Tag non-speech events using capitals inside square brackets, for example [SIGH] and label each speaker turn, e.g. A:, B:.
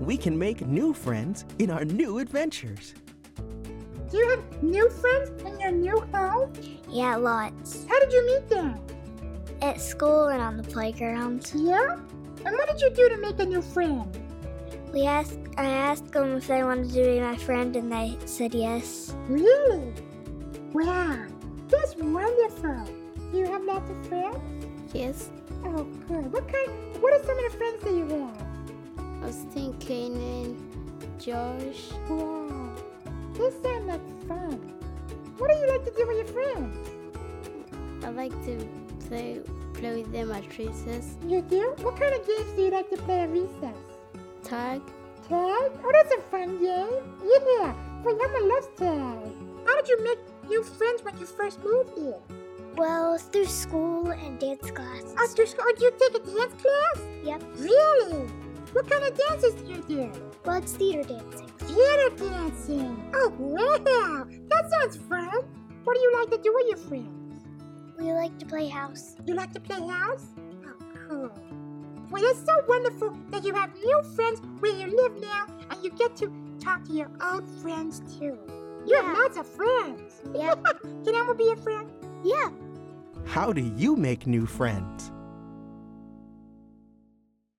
A: we can make new friends in our new adventures.
B: Do you have new friends in your new home?
C: Yeah, lots.
B: How did you meet them?
C: At school and on the playground.
B: Yeah? And what did you do to make a new friend?
C: We asked, I asked them if they wanted to be my friend, and they said yes.
B: Really? Wow, that's wonderful. Do you have lots of friends?
D: Yes,
B: Oh, good. What kind? What are some of the friends that you have?
D: I was thinking in Josh.
B: Wow, this sounds like fun. What do you like to do with your friends?
D: I like to play play with them at recess.
B: You do? What kind of games do you like to play at recess?
D: Tag.
B: Tag? Oh, that's a fun game. Yeah, Priyama loves tag. How did you make new friends when you first moved here?
C: Well, through school and dance classes.
B: After school, do you take a dance class?
C: Yep.
B: Really? What kind of dances do you do?
C: Well, it's theater dancing.
B: Theater dancing. Oh, wow. That sounds fun. What do you like to do with your friends?
C: We like to play house.
B: You like to play house? Oh, cool. Well, it's so wonderful that you have new friends where you live now and you get to talk to your old friends too. You have
C: Yeah.
B: lots of friends. [LAUGHS]
C: Yeah.
B: Can Elmo be a friend?
C: Yeah.
A: How do you make new friends?